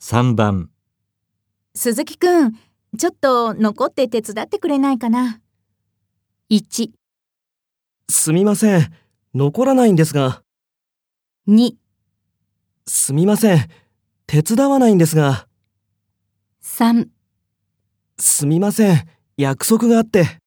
3番、鈴木くん、ちょっと残って手伝ってくれないかな。1、すみません。残らないんですが。 2、すみません。手伝わないんですが。 3。すみません。約束があって。